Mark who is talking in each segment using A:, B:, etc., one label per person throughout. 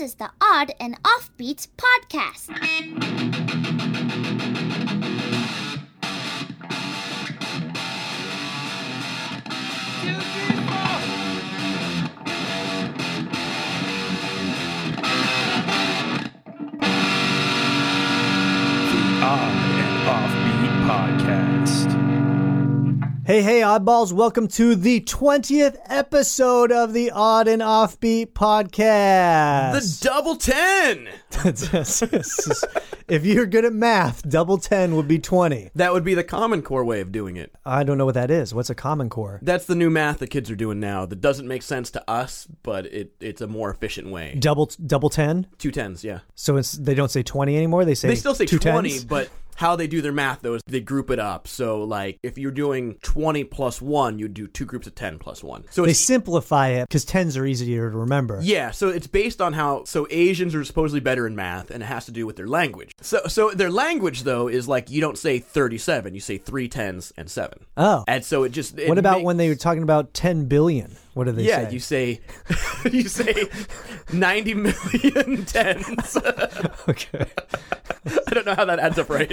A: is the Odd and Offbeats podcast.
B: Odd and Offbeat Podcast.
C: Hey, hey, oddballs, welcome to the 20th episode of the Odd and Offbeat
D: The
C: podcast.
D: double ten.
C: if you're good at math, double 10 would be 20.
D: That would be the Common Core way of doing it.
C: I don't know what that is. What's a common core?
D: That's the new math that kids are doing now. That doesn't make sense to us, but it it's a more efficient way.
C: Double double 10?
D: Two tens, yeah.
C: So it's, they don't say 20 anymore, they say
D: They still say
C: two
D: twenty,
C: 10s?
D: but how they do their math though is they group it up. So like if you're doing twenty plus one, you do two groups of ten plus one. So
C: They
D: it's
C: simplify it because 10s are easier to remember.
D: yeah, so it's based on how so Asians are supposedly better in math, and it has to do with their language. So so their language though is like you don't say thirty seven, you say three tens and seven.
C: Oh.
D: and so it just it
C: What about
D: makes-
C: when they were talking about 10 billion? What do they
D: yeah,
C: say?
D: you say you say ninety million tens.
C: okay.
D: I don't know how that adds up right.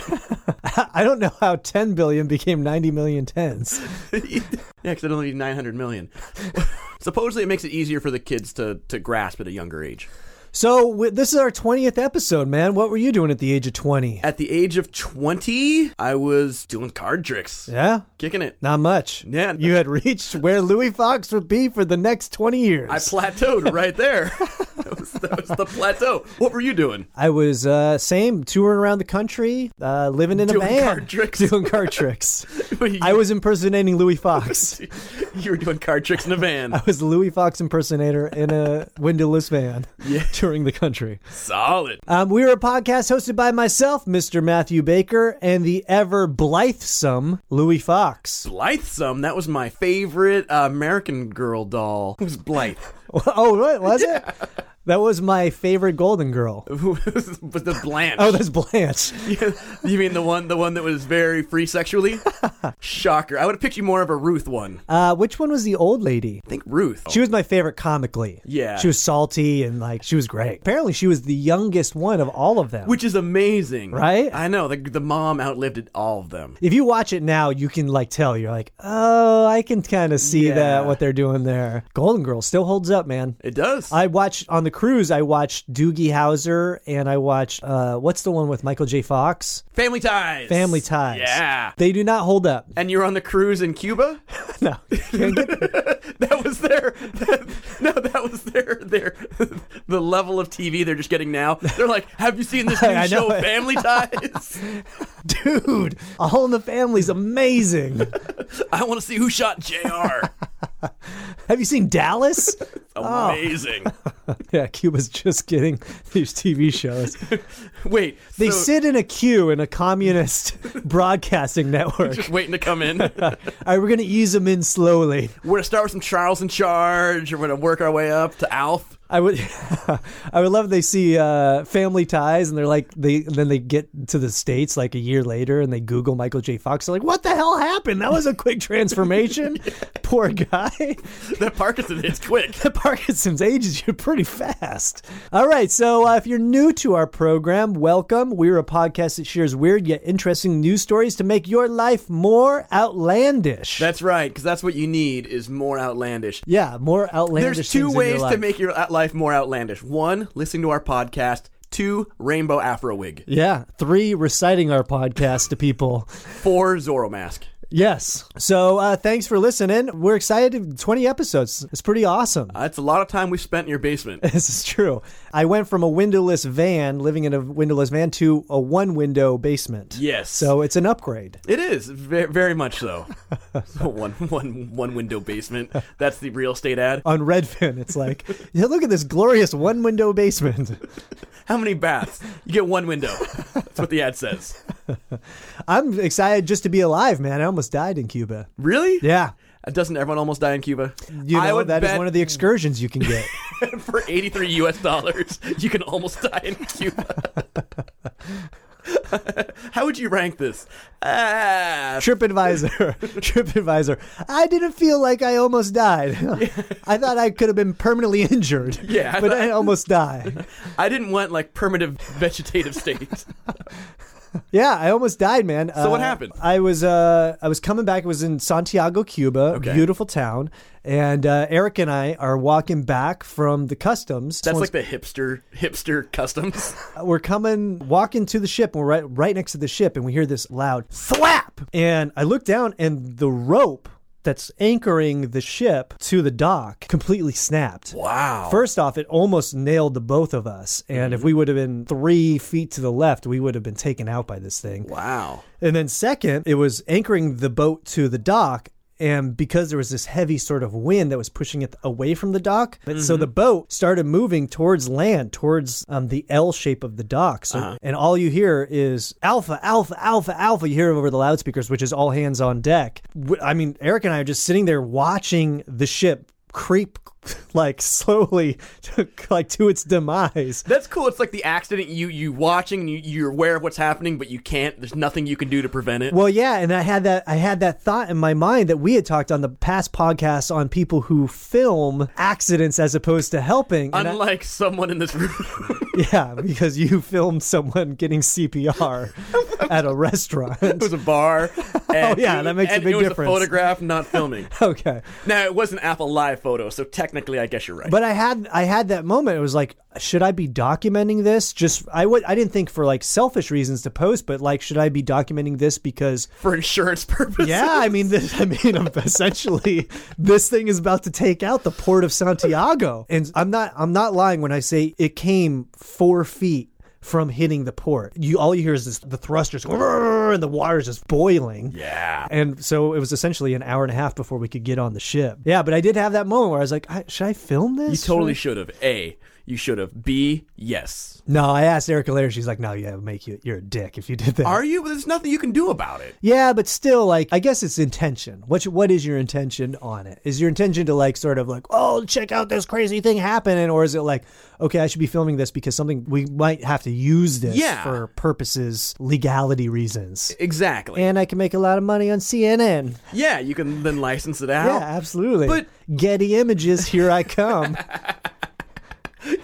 C: I don't know how 10 billion became 90 million tens.
D: yeah, because it only need nine hundred million. Supposedly, it makes it easier for the kids to to grasp at a younger age.
C: So w- this is our 20th episode, man. What were you doing at the age of 20?
D: At the age of twenty, I was doing card tricks,
C: Yeah?
D: kicking it.
C: Not much.
D: Yeah.
C: You had reached where Louis Fox would be for the next 20 years.
D: I plateaued right there. that, was, that was the plateau. What were you doing?
C: I was uh, same touring around the country, uh, living in
D: Doing
C: a van,
D: card tricks.
C: doing card tricks.
D: You-
C: I was impersonating Louis Fox.
D: you were doing card tricks in a van.
C: I was a Louis Fox impersonator in a windowless van touring the country.
D: Solid.
C: Um, we are a podcast hosted by myself, Mr. Matthew Baker, and the ever blithesome Louis Fox.
D: Blythesome. That was my favorite uh, American Girl doll. Who's Blythe?
C: Oh, what was it? That was my favorite Golden Girl.
D: Who was was the Blanche?
C: Oh, that's Blanche.
D: you mean the one, the one that was very free sexually? Shocker. I would have picked you more of a Ruth one. I
C: Uh, which one was the old lady?
D: think Ruth.
C: She was my favorite comically.
D: Yeah.
C: She was salty and like she was great. Apparently, she was the youngest one of all of them.
D: which is amazing,
C: Right?
D: I know the the mom outlived all of them.
C: if you watch it now, you can like tell. You're like, oh, I can kind of see
D: Yeah.
C: that what they're doing there. Golden Girl still holds up, man.
D: It does.
C: I watched on the cruise. I watched Doogie Howser and I watched uh, what's the one with Michael J. Fox?
D: Family ties.
C: Family Ties.
D: Yeah.
C: They do not hold up.
D: And you're on the cruise in Cuba.
C: no.
D: That was their, no, that was their, their, the level of TV they're just getting now. They're like, have you seen this
C: I
D: new
C: know
D: show,
C: it."
D: Family Ties?
C: Dude, All in the Family's amazing.
D: I want to see who shot Jr.
C: Have you seen Dallas? Oh.
D: Amazing.
C: yeah, Cuba's just getting these TV shows.
D: Wait,
C: They
D: so
C: sit in a queue in a communist broadcasting network.
D: just waiting to come in.
C: All right, we're going to ease them in slowly.
D: we're gonna start with some Charles in charge. We're gonna work our way up to Alf.
C: I would, I would love if they see uh, Family Ties, and they're like they. Then they get to the states like a year later, and they Google Michael J. Fox. They're like, "What the hell happened? That was a quick transformation. Poor guy.
D: That Parkinson hits quick.
C: the Parkinson's ages you pretty fast. All right, so uh, if you're new to our program, welcome. We're a podcast that shares weird yet interesting news stories to make your life more outlandish.
D: That's right, because that's what you need is more outlandish.
C: yeah, more outlandish.
D: There's two
C: things in your
D: ways to
C: life.
D: make your out- life more outlandish. One, listening to our podcast. Two, rainbow afro wig.
C: Yeah, three reciting our podcast to people.
D: Four, Zorro mask.
C: Yes. So uh, thanks for listening. We're excited. 20 episodes. It's pretty awesome.
D: Uh, That's a lot of time we've spent in your basement.
C: This is true. I went from a windowless van, living in a windowless van, to a one window basement.
D: Yes.
C: So it's an upgrade.
D: It is ve- very much so. one, one, one window basement. That's the real estate ad.
C: on Redfin. It's like, yeah, look at this glorious one window basement.
D: How many baths? You get one window. That's what the ad says.
C: I'm excited just to be alive, man. I almost died in Cuba.
D: Really?
C: Yeah.
D: Doesn't everyone almost die in Cuba?
C: You
D: I
C: know,
D: would
C: that is
D: bet
C: one of the excursions you can get.
D: for 83 US dollars, you can almost die in Cuba. How would you rank this? Ah,
C: TripAdvisor. TripAdvisor. I didn't feel like I almost died. I thought I could have been permanently injured.
D: Yeah, I
C: But
D: thought-
C: I almost died.
D: I didn't want like primitive vegetative state.
C: Yeah, I almost died, man.
D: So what happened?
C: I was uh, I was coming back. It was in Santiago, Cuba,
D: Okay.
C: beautiful town. And uh, Eric and I are walking back from the customs.
D: That's
C: Someone's
D: like the hipster hipster customs.
C: we're coming walking to the ship and we're right right next to the ship and we hear this loud slap and i look down and the rope that's anchoring the ship to the dock completely snapped
D: Wow.
C: First off, it almost nailed the both of us. And if we would have been three feet to the left, we would have been taken out by this thing.
D: Wow.
C: And then, second, it was anchoring the boat to the dock. And because there was this heavy sort of wind that was pushing it away from the dock, but so the boat started moving towards land, towards um, the L shape of the dock. So, and all you hear is alpha, alpha, alpha, alpha. You hear it over the loudspeakers, which is all hands on deck. W- I mean, Eric and I are just sitting there watching the ship creep like slowly, to, like to its demise.
D: That's cool. It's like the accident you you watching and you, you're aware of what's happening, but you can't. There's nothing you can do to prevent it.
C: Well, yeah, and I had that I had that thought in my mind that we had talked on the past podcasts on people who film accidents as opposed to helping. And I-
D: Unlike someone in this room.
C: yeah, because you filmed someone getting CPR at a
D: It
C: restaurant.
D: was a bar. And
C: Oh, yeah, that makes a
D: and
C: big
D: it was
C: difference.
D: A photograph, not filming.
C: Okay.
D: now it was an Apple Live photo, so technically, I guess you're right.
C: But I had I had that moment. It was like, should I be documenting this? Just I would I didn't think for like selfish reasons to post, but like, should I be documenting this because
D: for insurance purposes.
C: Yeah, I mean, this, I mean, essentially, this thing is about to take out the port of Santiago, and I'm not, I'm not lying when I say it came four feet from hitting the port. You all you hear is this, the thrusters, going, "Rrrr," and the water's just boiling.
D: Yeah.
C: And so it was essentially an hour and a half before we could get on the ship. Yeah, but I did have that moment where I was like, I, should I film this?
D: You totally should have. A. You should have. B. Yes.
C: No, I asked Erica later. She's like, No, yeah, it'll make you. You're a dick if you did that.
D: Are you? There's nothing you can do about it.
C: Yeah, but still, like, I guess it's intention. What what is your intention on it? Is your intention to like sort of like, oh, check out this crazy thing happening, or is it like, okay, I should be filming this because something we might have to use this
D: Yeah.
C: for purposes, legality reasons,
D: Exactly.
C: and I can make a lot of money on CNN.
D: yeah, you can then license it
C: Yeah,
D: out.
C: absolutely.
D: But-
C: Getty Images, here I come.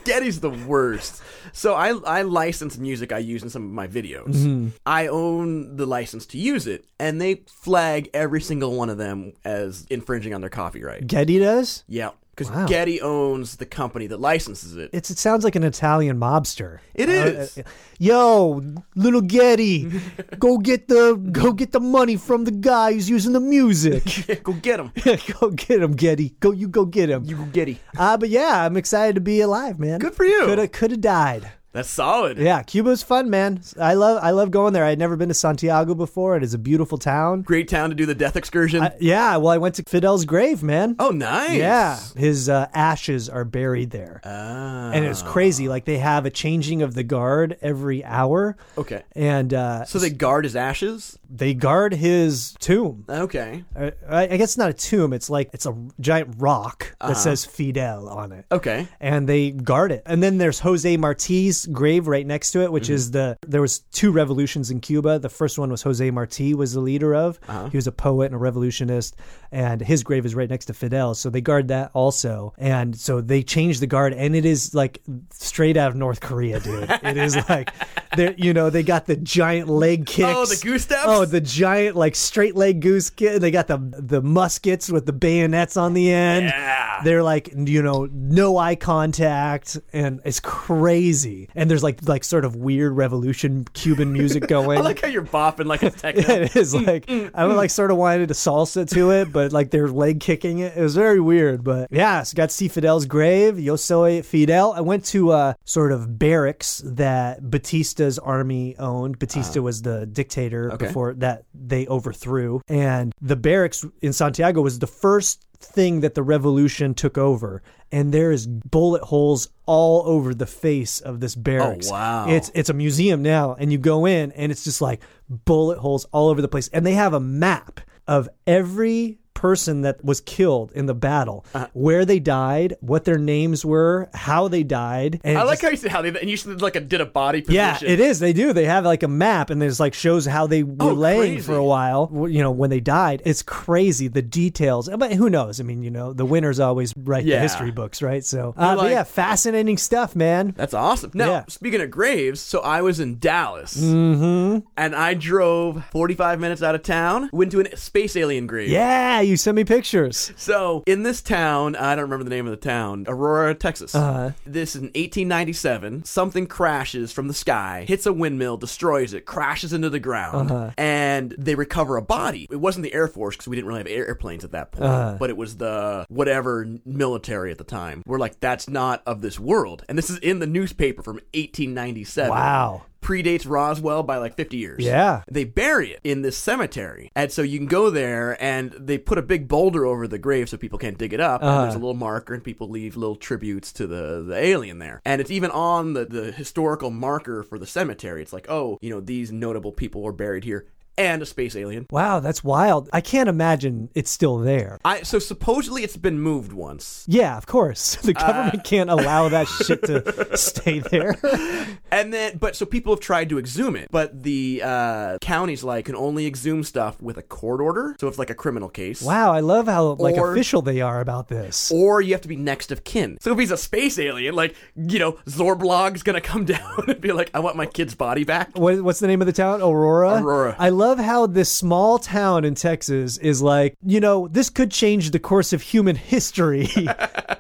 D: Getty's the worst. So I I license music I use in some of my videos. I own the license to use it, and they flag every single one of them as infringing on their copyright.
C: Getty does.
D: Yeah. Because
C: Wow.
D: Getty owns the company that licenses it. Uh,
C: It's, it sounds like an Italian mobster.
D: It is.
C: Uh, Yo, little Getty, go get the go get the money from the guy who's using the music.
D: Go get them.
C: go get him, Getty. Go you go get him.
D: You go Getty.
C: Uh, but yeah, I'm excited to be alive, man.
D: Good for you.
C: Could have could have died.
D: That's solid.
C: Yeah, Cuba's fun, man. I love I love going there. I'd never been to Santiago before. It is a beautiful town.
D: Great town to do the death excursion.
C: I- yeah, well, I went to Fidel's grave, man.
D: oh, nice.
C: Yeah, his uh, ashes are buried there. and it's
D: Ah.
C: crazy. Like they have a changing of the guard every hour,
D: Okay.
C: and uh,
D: So they guard his ashes?
C: they guard his tomb.
D: Okay.
C: I, I guess it's not a tomb. It's like it's a giant rock
D: Uh-huh.
C: that says Fidel on it.
D: Okay.
C: And they guard it. And then there's Jose Marti's grave right next to it,
D: Mm-hmm.
C: which is the there was two revolutions in Cuba. The first one was Jose Marti was the leader of.
D: Uh-huh.
C: He was a poet and a revolutionist, and his grave is right next to Fidel's. So they guard that also. And so they changed the guard, and it is like straight out of North Korea, dude. it is like they you know they got the giant leg kicks.
D: Oh, the goose steps?
C: Oh, the giant like straight leg goose kid. They got the the muskets with the bayonets on the end.
D: Yeah.
C: They're like you know no eye contact and it's crazy. And there's like like sort of weird revolution Cuban music going.
D: I like how you're bopping like it's techno.
C: it is like I would like sort of wanted to salsa to it, but like they're leg kicking it. It was very weird, but yeah. So got to see Fidel's grave. Yo soy Fidel. I went to a sort of barracks that Batista's army owned. Batista was the dictator before that they overthrew, and the barracks in Santiago was the first thing that the revolution took over and there is bullet holes all over the face of this barracks
D: wow.
C: it's it's a museum now and you go in and it's just like bullet holes all over the place and they have a map of every person that was killed in the battle,
D: Uh-huh.
C: where they died, what their names were, how they died. And
D: I
C: it
D: like
C: just-
D: how you said how they and you said like a did a body position.
C: yeah, it is. They do. They have like a map, and there's like shows how they were
D: Oh,
C: laying
D: crazy.
C: for a while. w- You know, when they died, it's crazy the details. But who knows? I mean, you know, the winners always write the
D: Yeah.
C: history books, right? So, uh, but
D: like-
C: yeah, fascinating stuff, man.
D: That's awesome. Now,
C: Yeah.
D: speaking of graves, so I was in Dallas, mm-hmm. and I drove 45 minutes out of town, went to a space alien grave.
C: Yeah, you sent me pictures.
D: So in this town, I don't remember the name of the town, Aurora, Texas.
C: Uh-huh.
D: This is in 1897. Something crashes from the sky, hits a windmill, destroys it, crashes into the ground,
C: Uh-huh.
D: and they recover a body. It wasn't the Air Force because we didn't really have air- airplanes at that point,
C: Uh-huh.
D: but it was the whatever military at the time. We're like, that's not of this world, and this is in the newspaper from 1897.
C: Wow.
D: Predates Roswell by like 50 years.
C: Yeah.
D: They bury it in this cemetery. And so you can go there and they put a big boulder over the grave so people can't dig it up. And there's a little marker and people leave little tributes to the, the alien there. And it's even on the, the historical marker for the cemetery. It's like, oh, you know, these notable people were buried here and a space alien.
C: Wow, that's wild. I can't imagine it's still there.
D: I so supposedly it's been moved once.
C: Yeah, of course. The
D: Uh,
C: government can't allow that shit to stay there.
D: And then but so people have tried to exhume it, but the uh counties like can only exhume stuff with a court order. So if like a criminal case.
C: Wow, I love how like
D: Or-
C: official they are about this.
D: or you have to be next of kin. So if he's a space alien, like you know, Zorblog's gonna come down and be like, "I want my kid's body back."
C: What, what's the name of the town? Aurora.
D: Aurora.
C: I love how this small town in Texas is like, you know, this could change the course of human history,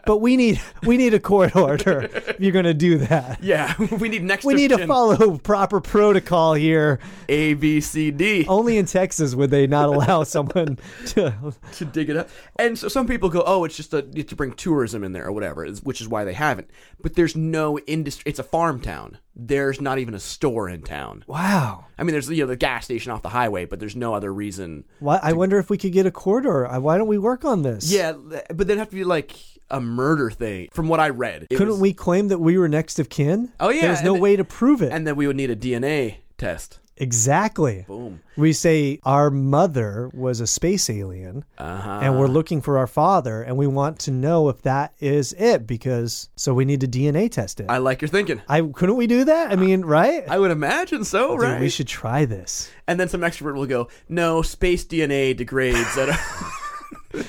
C: but we need we need a court order if you're going to do that.
D: Yeah, we need next.
C: We
D: of
C: need
D: kin.
C: to follow proper protocol here.
D: A B C D
C: Only in Texas would they not allow someone to.
D: to dig it up. And so some people go, "Oh, it's just a, it's to bring tourism in there or whatever," is- which is why they haven't. But there's no industry. It's a farm town. There's not even a store in town.
C: Wow.
D: I mean, there's you know the gas station off the highway, but there's no other reason.
C: Why, I wonder if we could get a court order. I- Why don't we work on this?
D: Yeah, but there'd have to be like a murder thing, from what I read. It
C: Couldn't
D: was-
C: we claim that we were next of kin?
D: Oh, yeah,
C: There's no
D: and-
C: way to prove it.
D: And then we would need a DNA test.
C: Exactly.
D: Boom.
C: We say our mother was a space alien
D: Uh-huh.
C: and we're looking for our father and we want to know if that is it because so we need to DNA test it.
D: I
C: I,
D: like your thinking.
C: couldn't we do that? I mean, right?
D: I would imagine so,
C: Dude,
D: right?
C: we should try this.
D: and then some expert will go, "No, space DNA degrades." At a-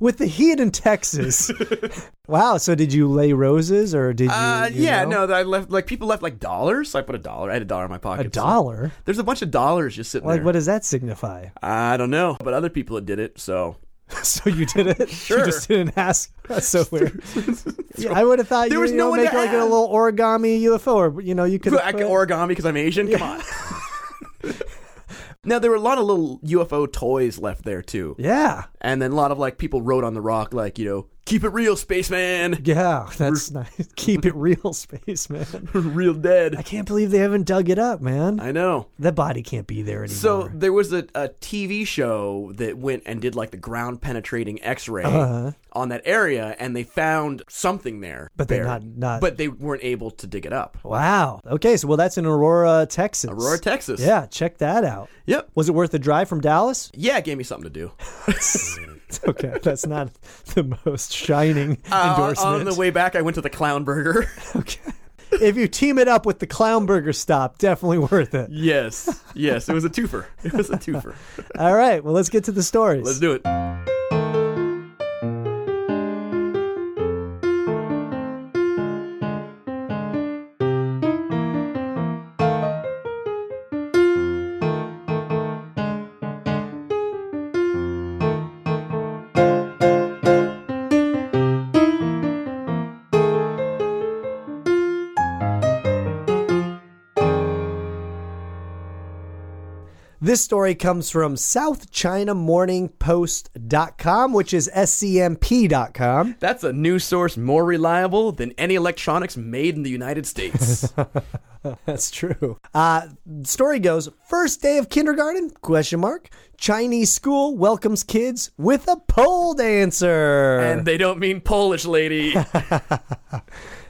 C: With the heat in Texas. wow, so did you lay roses or did you,
D: uh,
C: you
D: yeah,
C: know?
D: no, that I left like people left like dollars. So I put a dollar. I had a dollar in my pocket.
C: a
D: so-
C: dollar?
D: There's a bunch of dollars just sitting
C: Like
D: there.
C: what does that signify?
D: I don't know, but other people that did it. So
C: so you did it. You
D: Sure.
C: just didn't ask. That's so weird. Yeah, I would have thought
D: There
C: you
D: was
C: you
D: no
C: know,
D: one
C: make
D: to
C: like a
D: ask.
C: little origami UFO, or you know, you could
D: I can origami because I'm Asian. Come on. now there were a lot of little UFO toys left there too,
C: Yeah.
D: and then a lot of like people wrote on the rock like you know, "Keep it real, spaceman."
C: Yeah, that's nice. Keep it real, space man.
D: real dead.
C: I can't believe they haven't dug it up, man.
D: I know.
C: that body can't be there anymore.
D: So there was a, a TV show that went and did like the ground penetrating X-ray on that area, and they found something there.
C: Uh-huh. But they're
D: buried.
C: not- not-
D: But they weren't able to dig it up.
C: wow. Okay, so well, that's in Aurora, Texas.
D: Aurora, Texas.
C: Yeah, check that out.
D: Yep.
C: Was it worth the drive from Dallas?
D: Yeah, it gave me something to do.
C: okay, that's not the most shining
D: Uh, on-
C: endorsement.
D: on the way back, I went to the Clown Burger.
C: if you team it up with the Clown Burger stop, definitely worth it.
D: yes, yes, it was a twofer. It was a twofer.
C: All right, well, let's get to the stories.
D: Let's do it.
C: This story comes from SouthChinaMorningPost.com, which is SCMP.com.
D: That's a news source more reliable than any electronics made in the United States.
C: That's true. Uh, story goes: first day of kindergarten? Question mark. Chinese school welcomes kids with a pole dancer.
D: and they don't mean Polish lady.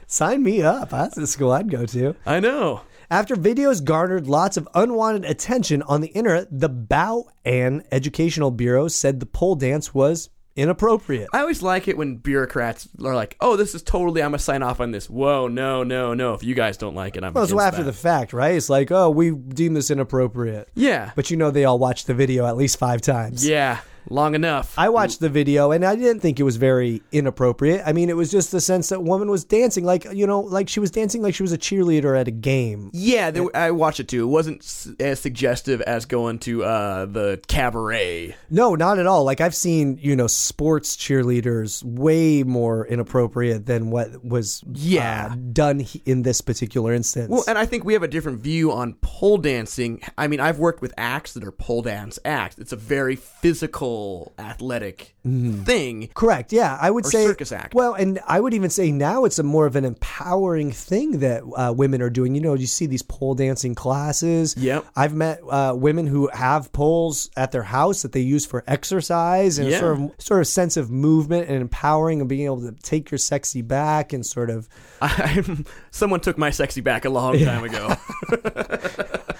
C: Sign me up. That's the school I'd go to.
D: I know.
C: After videos garnered lots of unwanted attention on the internet, the Bao An Educational Bureau said the pole dance was inappropriate.
D: I always like it when bureaucrats are like, "Oh, this is totally. I'm gonna sign off on this." Whoa, no, no, no. If you guys don't like it, I'm.
C: Well, so
D: against
C: after
D: that.
C: the fact, right? It's like, oh, we deem this inappropriate.
D: yeah,
C: But you know they all watched the video at least five times.
D: yeah, long enough.
C: I watched the video and I didn't think it was very inappropriate. I mean, it was just the sense that woman was dancing like, you know, like she was dancing like she was a cheerleader at a game.
D: yeah, there, I watched it too. It wasn't s- as suggestive as going to uh, the cabaret.
C: No, not at all. Like I've seen, you know, sports cheerleaders way more inappropriate than what was
D: Yeah.
C: uh, done he- in this particular instance.
D: Well, and I think we have a different view on pole dancing. I mean, I've worked with acts that are pole dance acts. It's a very physical, athletic thing.
C: Correct. Yeah, I would
D: Or
C: say
D: circus act.
C: Well, and I would even say now it's a more of an empowering thing that uh, women are doing. You know, you see these pole dancing classes.
D: Yep.
C: I've met uh, women who have poles at their house that they use for exercise and a
D: Yeah.
C: sort of sort of sense of movement and empowering and being able to take your sexy back and sort of.
D: I, I'm, someone took my sexy back a long time ago.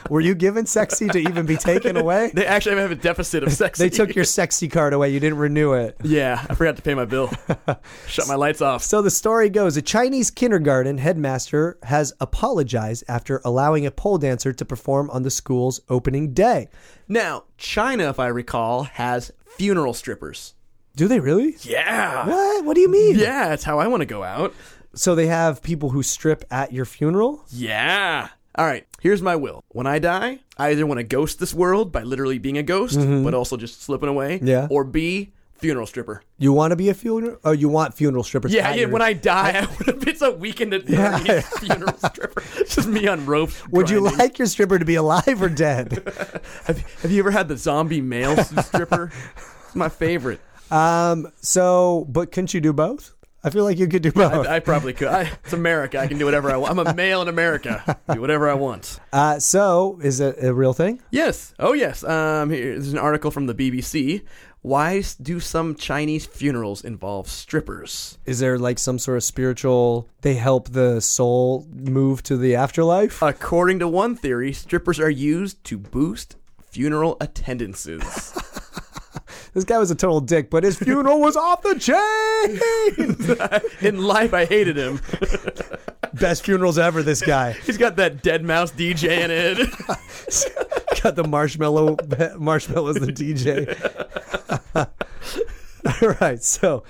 C: Were you given sexy to even be taken away?
D: they actually have a deficit of sexy.
C: They took your sexy card away. You didn't renew it.
D: Yeah, I forgot to pay my bill. Shut my lights off.
C: So the story goes a Chinese kindergarten headmaster has apologized after allowing a pole dancer to perform on the school's opening day.
D: Now, China, if I recall, has funeral strippers.
C: Do they really?
D: Yeah.
C: What? What do you mean?
D: Yeah, that's how I want to go out.
C: So they have people who strip at your funeral?
D: Yeah. All right, here's my will. When I die, I either want to ghost this world by literally being a ghost, but also just slipping away.
C: Yeah.
D: Or B, funeral stripper.
C: You want to be a funeral? Oh, you want funeral strippers?
D: Yeah,
C: at
D: yeah.
C: your-
D: When I die, I, want to, it's a weekend at yeah. funeral stripper. It's just me on ropes.
C: Would you
D: grinding.
C: like your stripper to be alive or dead?
D: Have, have you ever had the zombie male stripper? It's my favorite.
C: um. So, but couldn't you do both? I feel like you could do both.
D: I probably could. I, it's America. I can do whatever I want. I'm a male in America. Do whatever I want.
C: Uh, so, is it a real thing?
D: Yes. Oh, yes. Um, here, there's an article from the BBC. Why s- do some Chinese funerals involve strippers?
C: Is there like some sort of spiritual? They help the soul move to the afterlife.
D: According to one theory, strippers are used to boost funeral attendances.
C: This guy was a total dick, but his funeral was off the chain.
D: in life, I hated him.
C: Best funerals ever. This guy
D: He's got that dead mouse DJ in it.
C: got the marshmallow. Marshmallows the DJ. All right, so.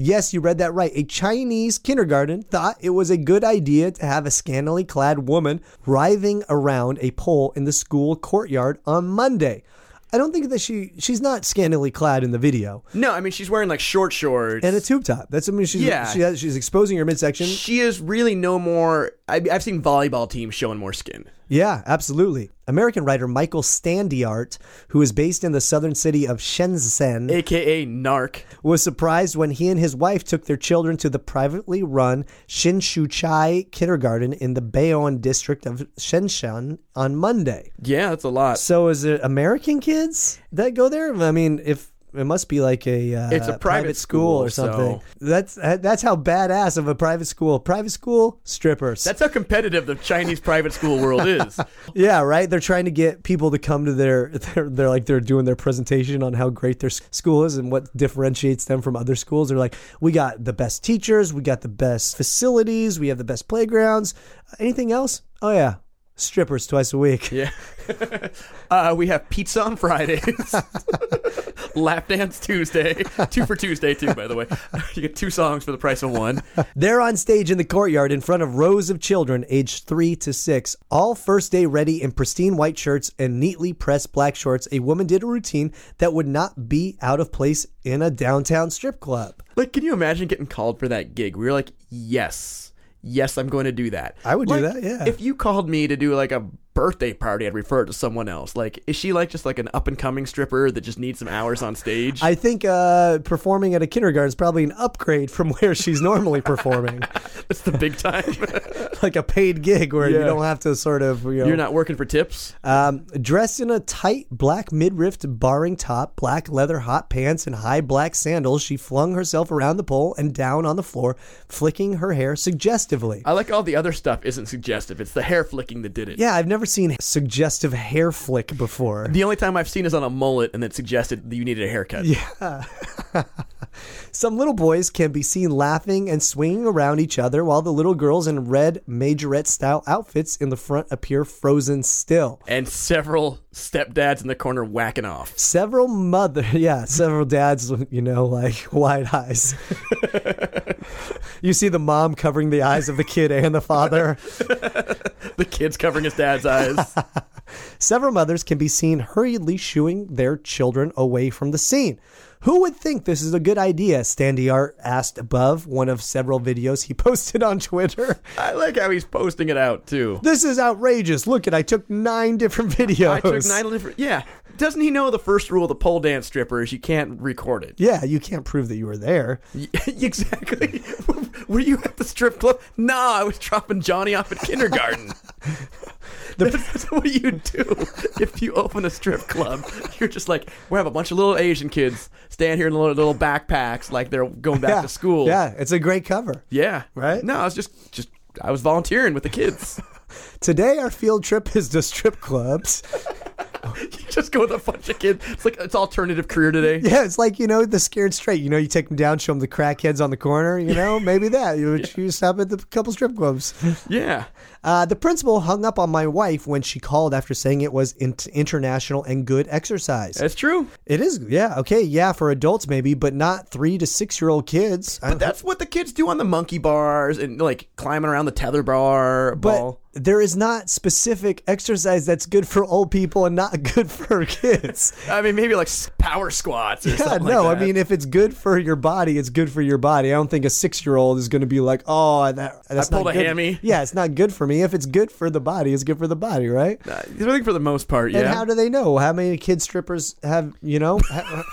C: Yes, you read that right. A Chinese kindergarten thought it was a good idea to have a scantily clad woman writhing around a pole in the school courtyard on Monday. I don't think that she she's not scantily clad in the video.
D: no, I mean she's wearing like short shorts
C: and a tube top. That's I mean, she's
D: Yeah.
C: she has, she's exposing her midsection.
D: She is really no more. I, I've seen volleyball teams showing more skin.
C: Yeah, absolutely. American writer Michael Standiart, who is based in the southern city of Shenzhen,
D: aka Narc.
C: was surprised when he and his wife took their children to the privately run Shinshu Chai Kindergarten in the Bayonne district of Shenzhen on Monday.
D: Yeah, that's a lot.
C: So, is it American kids that go there? I mean, if it must be like a uh,
D: It's a private
C: school, or
D: school,
C: something.
D: so-
C: That's that's how badass of a private school. Private school strippers.
D: That's how competitive the Chinese private school world is.
C: Yeah, right. They're trying to get people to come to their, their they're like they're doing their presentation on how great their s- school is and what differentiates them from other schools. They're like, we got the best teachers, we got the best facilities, we have the best playgrounds. Anything else? Oh yeah, strippers twice a week.
D: Yeah. uh, we have pizza on Fridays. Lap dance Tuesday. Two for Tuesday, too, by the way. You get two songs for the price of one.
C: They're on stage in the courtyard in front of rows of children aged three to six, all first day ready in pristine white shirts and neatly pressed black shorts. A woman did a routine that would not be out of place in a downtown strip club.
D: Like, can you imagine getting called for that gig? We were like, yes. Yes, I'm going to do that.
C: I would do
D: Like,
C: that, yeah.
D: If you called me to do like a birthday party, I'd refer it to someone else. Like, is she like just like an up and coming stripper that just needs some hours on stage?
C: I think uh, performing at a kindergarten is probably an upgrade from where she's normally performing,
D: That's the big time.
C: like a paid gig where you
D: Yeah.
C: don't have to sort of you know,
D: You're not working for tips.
C: Um, dressed in a tight black midriff barring top, black leather hot pants, and high black sandals, she flung herself around the pole and down on the floor, flicking her hair suggestively.
D: I like all the other stuff isn't suggestive. It's the hair flicking that did it.
C: yeah, I've never seen suggestive hair flick before.
D: The only time I've seen is on a mullet and it suggested that you needed a haircut.
C: Some little boys can be seen laughing and swinging around each other, while the little girls in red majorette style outfits in the front appear frozen still.
D: And several stepdads in the corner whacking off.
C: Several mother, yeah, several dads, you know, like wide eyes. you see the mom covering the eyes of the kid and the father.
D: The kid's covering his dad's eyes.
C: Several mothers can be seen hurriedly shooing their children away from the scene. Who would think this is a good idea? Standiart asked above one of several videos he posted on Twitter.
D: I like how he's posting it out too.
C: This is outrageous. Look at I took nine different videos.
D: I took nine different. Yeah. Doesn't he know the first rule of the pole dance stripper is you can't record it?
C: Yeah, you can't prove that you were there.
D: Y- exactly. Were you at the strip club? No, I was dropping Johnny off at kindergarten. That's what you do if you open a strip club. You're just like, we have a bunch of little Asian kids stand here in little, little backpacks, like they're going back
C: yeah.
D: to school.
C: Yeah, it's a great cover.
D: yeah,
C: Right?
D: No, I was just, just, I was volunteering with the kids.
C: Today our field trip is to strip clubs.
D: you just go with a bunch of kids. It's like it's alternative career today.
C: Yeah, it's like you know the scared straight. You know, you take them down, show them the crackheads on the corner. You know, maybe that you would you stop at the couple strip clubs.
D: Yeah.
C: Uh, the principal hung up on my wife when she called after saying it was in- international and good exercise.
D: That's true.
C: It is, yeah, okay, yeah, for adults maybe, but not three to six year old kids. Uh-huh. I-
D: But that's what the kids do on the monkey bars and like climbing around the tether bar
C: but
D: ball.
C: there is not specific exercise that's good for old people and not good for kids.
D: I mean, maybe like s- power squats or
C: Yeah,
D: something like
C: no, I
D: that.
C: mean, if it's good for your body, it's good for your body. I don't think a six year old is going to be like, oh, that, that's
D: pulled
C: not
D: a
C: good.
D: hammy.
C: Yeah, it's not good for me. If it's good for the body, it's good for the body, right?
D: Uh, I think for the most part,
C: And
D: yeah.
C: how do they know? How many kid strippers have, you know, how,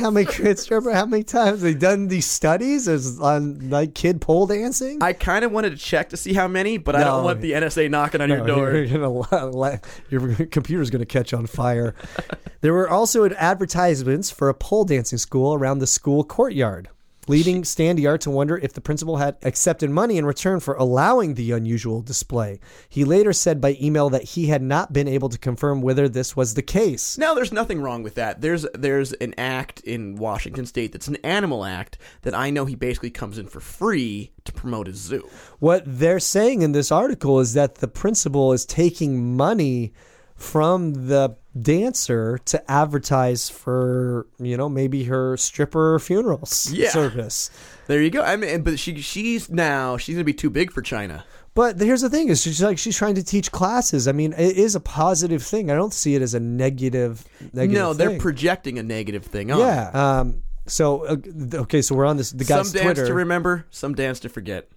C: how many kid stripper? How many times they done these studies is on like kid pole dancing?
D: I kind of wanted to check to see how many, but I don't
C: No.
D: want the NSA knocking on your door.
C: You're gonna la- la- your computer's going to catch on fire. there were also advertisements for a pole dancing school around the school courtyard, leading Standiart to wonder if the principal had accepted money in return for allowing the unusual display. He later said by email that he had not been able to confirm whether this was the case.
D: Now, there's nothing wrong with that. There's there's an act in Washington State that's an animal act that I know he basically comes in for free to promote his zoo.
C: What they're saying in this article is that the principal is taking money from the dancer to advertise for, you know, maybe her stripper funerals
D: Yeah.
C: service.
D: There you go. I mean, but she she's now she's gonna be too big for China.
C: But here's the thing: is she's like she's trying to teach classes. I mean, it is a positive thing. I don't see it as a negative. negative
D: No, they're
C: thing.
D: projecting a negative thing on. it.
C: yeah. Um, so uh, okay, so we're on this the guy's
D: Some dance
C: Twitter.
D: to remember, some dance to forget.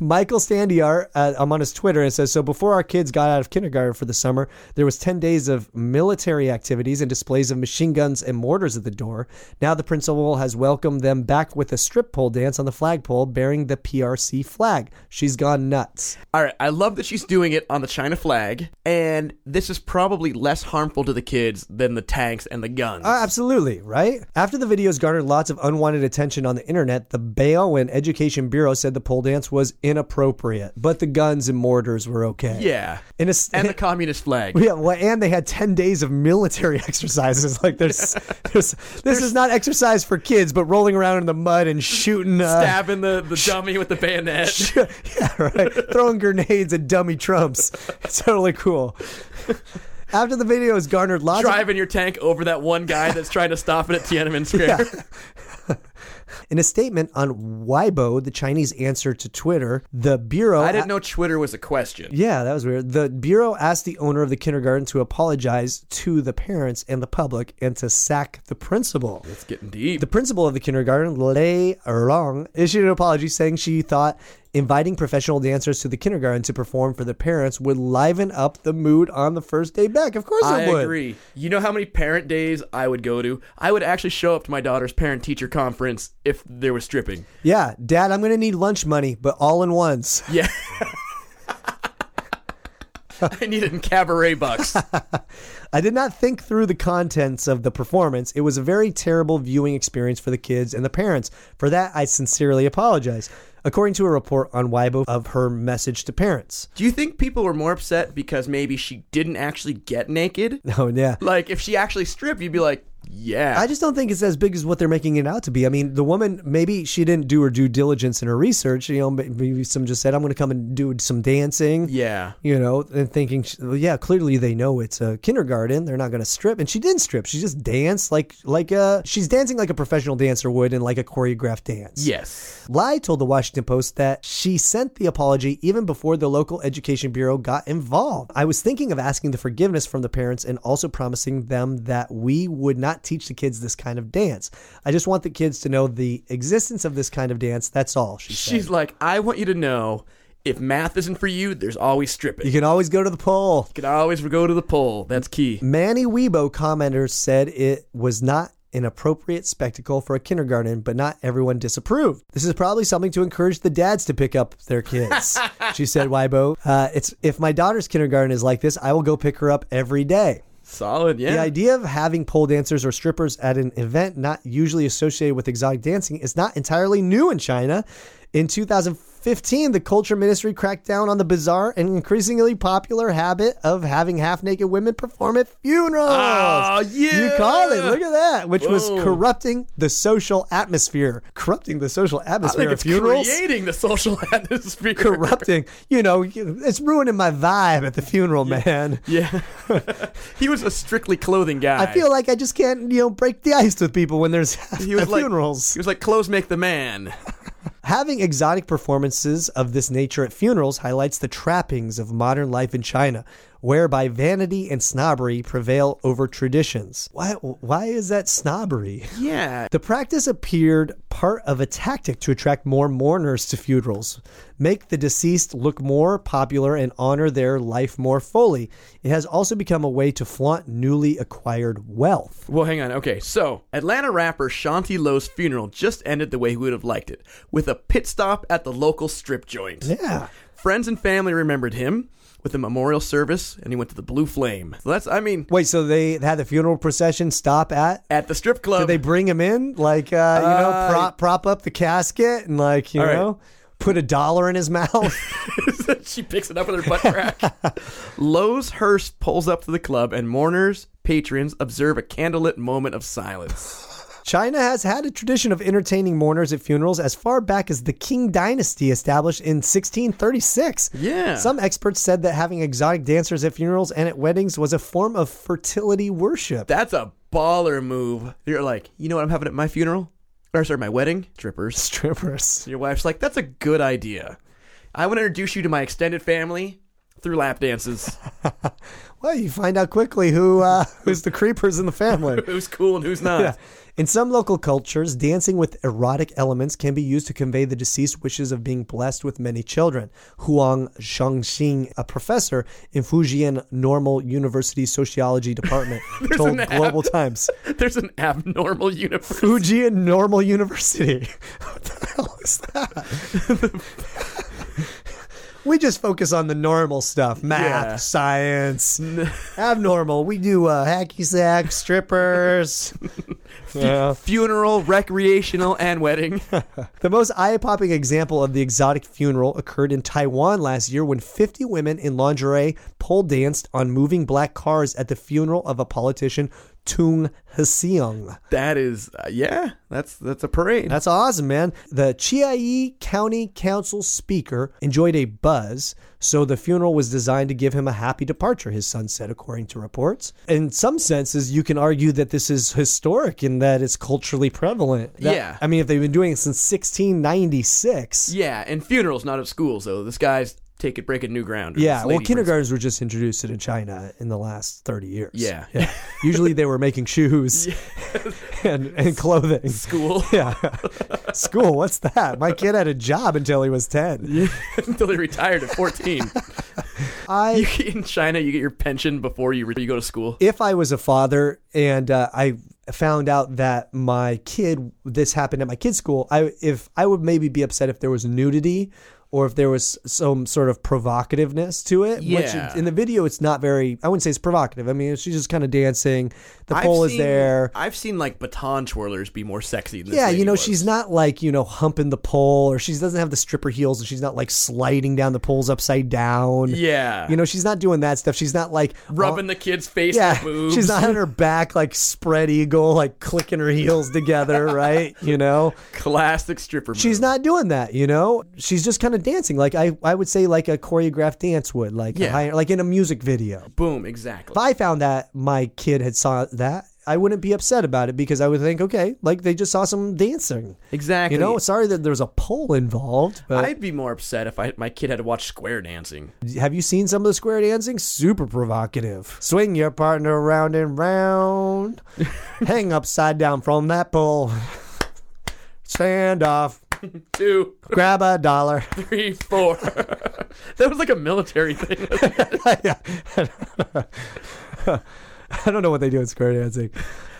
C: Michael Standiar, uh, I'm on his Twitter, and it says So before our kids got out of kindergarten for the summer, there was 10 days of military activities and displays of machine guns and mortars at the door. Now the principal has welcomed them back with a strip pole dance on the flagpole bearing the PRC flag. She's gone nuts.
D: All right, I love that she's doing it on the China flag, and this is probably less harmful to the kids than the tanks and the guns.
C: Uh, Absolutely, right? After the videos garnered lots of unwanted attention on the internet, the Bayoan Education Bureau said the pole dance was inappropriate, but the guns and mortars were okay.
D: yeah,
C: In a, s-
D: and the communist flag.
C: Yeah, well, and they had ten days of military exercises. Like there's, there's this is not exercise for kids, but rolling around in the mud and shooting, uh,
D: Stabbing the, the dummy with the bayonet.
C: yeah, right, throwing grenades at dummy trumps. It's totally cool. After the video has garnered lots of
D: Driving your tank over that one guy that's trying to stop it at Tiananmen Square.
C: in a statement on Weibo, the Chinese answer to Twitter, the bureau
D: I didn't know Twitter was a question.
C: Yeah, that was weird. The Bureau asked the owner of the kindergarten to apologize to the parents and the public and to sack the principal.
D: It's getting deep.
C: The principal of the kindergarten, Lei Rong, issued an apology saying she thought Inviting professional dancers to the kindergarten to perform for their parents would liven up the mood on the first day back. Of course
D: I
C: it would.
D: agree. You know how many parent days I would go to? I would actually show up to my daughter's parent teacher conference if there was stripping.
C: Yeah, Dad, I'm going to need lunch money, but all in once.
D: Yeah. I need it in cabaret bucks.
C: I did not think through the contents of the performance. It was a very terrible viewing experience for the kids and the parents. For that, I sincerely apologize. According to a report on Weibo of her message to parents.
D: Do you think people were more upset because maybe she didn't actually get naked?
C: Oh, yeah.
D: Like, if she actually stripped, you'd be like, yeah.
C: I just don't think it's as big as what they're making it out to be. I mean, the woman maybe she didn't do her due diligence in her research. You know, maybe some just said, "I'm going to come and do some dancing."
D: yeah.
C: You know, and thinking, well, yeah, clearly they know it's a kindergarten. They're not going to strip, and she didn't strip. She just danced like like uh she's dancing like a professional dancer would in like a choreographed dance.
D: Yes.
C: Lai told the Washington Post that she sent the apology even before the local education bureau got involved. I was thinking of asking the forgiveness from the parents and also promising them that we would not teach the kids this kind of dance. I just want the kids to know the existence of this kind of dance. That's all. She said.
D: She's like, I want you to know if math isn't for you, there's always stripping.
C: you
D: You
C: can always go to the poll.
D: can always go to the poll. That's key.
C: Manny Weibo commenter said it was not an appropriate spectacle for a kindergarten, but not everyone disapproved. This is probably something to encourage the dads to pick up their kids. she said, Weibo, uh, it's if my daughter's kindergarten is like this, I will go pick her up every day.
D: Solid, yeah.
C: The idea of having pole dancers or strippers at an event not usually associated with exotic dancing is not entirely new in China. In 2015, the culture ministry cracked down on the bizarre and increasingly popular habit of having half naked women perform at funerals.
D: Ah,
C: You
D: yeah.
C: call it. Look at that. Which was
D: Whoa.
C: corrupting the social atmosphere. Corrupting the social
D: I
C: atmosphere
D: think
C: of
D: it's
C: funerals?
D: creating the social atmosphere.
C: corrupting. You know, it's ruining my vibe at the funeral, man.
D: Yeah. he was a strictly clothing guy.
C: I feel like I just can't, you know, break the ice with people when there's
D: he was like
C: funerals.
D: He was like clothes make the man.
C: Having exotic performances of this nature at funerals highlights the trappings of modern life in China, whereby vanity and snobbery prevail over traditions. Why? Why is that snobbery?
D: Yeah.
C: The practice appeared part of a tactic to attract more mourners to funerals, make the deceased look more popular, and honor their life more fully. It has also become a way to flaunt newly acquired wealth.
D: Well, hang on. Okay, so Atlanta rapper Shanti Lowe's funeral just ended the way he would have liked it, with a pit stop at the local strip joint.
C: Yeah.
D: Friends and family remembered him with a memorial service, and he went to the Blue Flame. So that's, I mean,
C: Wait, so they had the funeral procession stop at?
D: at the strip club.
C: Did they bring him in? Like, uh, you know, prop, prop up the casket and, like, you
D: right.
C: know, put a dollar in his mouth?
D: she picks it up with her butt crack. Lowe's hearse pulls up to the club, and mourners, patrons observe a candlelit moment of silence.
C: China has had a tradition of entertaining mourners at funerals as far back as the Qing dynasty established in 1636.
D: Yeah.
C: Some experts said that having exotic dancers at funerals and at weddings was a form of fertility worship.
D: That's a baller move. You're like, you know what I'm having at my funeral? Or sorry, my wedding? Strippers.
C: Strippers.
D: Your wife's like, that's a good idea. I want to introduce you to my extended family through lap dances.
C: Well, you find out quickly who uh, who's the creepers in the family.
D: who's cool and who's not?
C: Yeah. In some local cultures, dancing with erotic elements can be used to convey the deceased wishes of being blessed with many children. Huang Zhangxing, a professor in Fujian Normal University Sociology Department, told Global Times.
D: There's an abnormal universe.
C: Fujian Normal University. what the hell is that? we just focus on the normal stuff math,
D: Yeah.
C: science, abnormal. We do uh, hacky sack, strippers. yeah.
D: Funeral, recreational, and wedding.
C: The most eye popping example of the exotic funeral occurred in Taiwan last year when 50 women in lingerie pole danced on moving black cars at the funeral of a politician, Tung Hsiung.
D: that is, uh, yeah, that's that's a parade.
C: That's awesome, man. The Chiayi County Council speaker enjoyed a buzz, so the funeral was designed to give him a happy departure, his son said, according to reports. In some senses, you can argue that this is historic in that it's culturally prevalent. That-
D: Yeah.
C: I mean, if they've been doing it since 1696.
D: yeah, and funerals, not at schools, though. This guy's take it, breaking new ground. or
C: Yeah,
D: this
C: well,
D: lady brings-
C: kindergartens were just introduced into China in the last thirty years.
D: Yeah.
C: Usually they were making shoes and and clothing.
D: school
C: Yeah, school. What's that? My kid had a job until he was ten.
D: until they retired at 14.
C: I
D: You- In China, you get your pension before you, re- you go to school.
C: if I was a father and uh, I found out that my kid this happened at my kid's school, I if I would maybe be upset if there was nudity or if there was some sort of provocativeness to it.
D: Yeah.
C: Which in the video, it's not very. I wouldn't say it's provocative. I mean, she's just kind of dancing. The
D: I've
C: pole is
D: seen-
C: there.
D: I've seen like baton twirlers be more sexy than this
C: Yeah,
D: lady
C: you know,
D: was.
C: she's not like, you know, humping the pole or she doesn't have the stripper heels and she's not like sliding down the poles upside down.
D: Yeah.
C: You know, she's not doing that stuff. She's not like
D: rubbing the kid's face
C: Yeah,
D: with boobs.
C: she's not on her back like spread eagle, like clicking her heels together, right? You know,
D: Classic stripper.
C: she's
D: move.
C: not doing that. You know, she's just kind of dancing, like I, I would say, like a choreographed dance would, like a
D: Yeah.
C: high- like in a music video.
D: Boom, exactly.
C: If I found that my kid had saw that, I wouldn't be upset about it because I would think, okay, like they just saw some dancing.
D: Exactly.
C: You know, sorry that there's a pole involved, but
D: I'd be more upset if I my kid had to watch square dancing.
C: have you seen some of the square dancing? Super provocative. Swing your partner round and round. Hang upside down from that pole. Stand off.
D: Two,
C: Grab a dollar.
D: three, four. that was like a military thing.
C: Yeah. I don't know what they do in square dancing.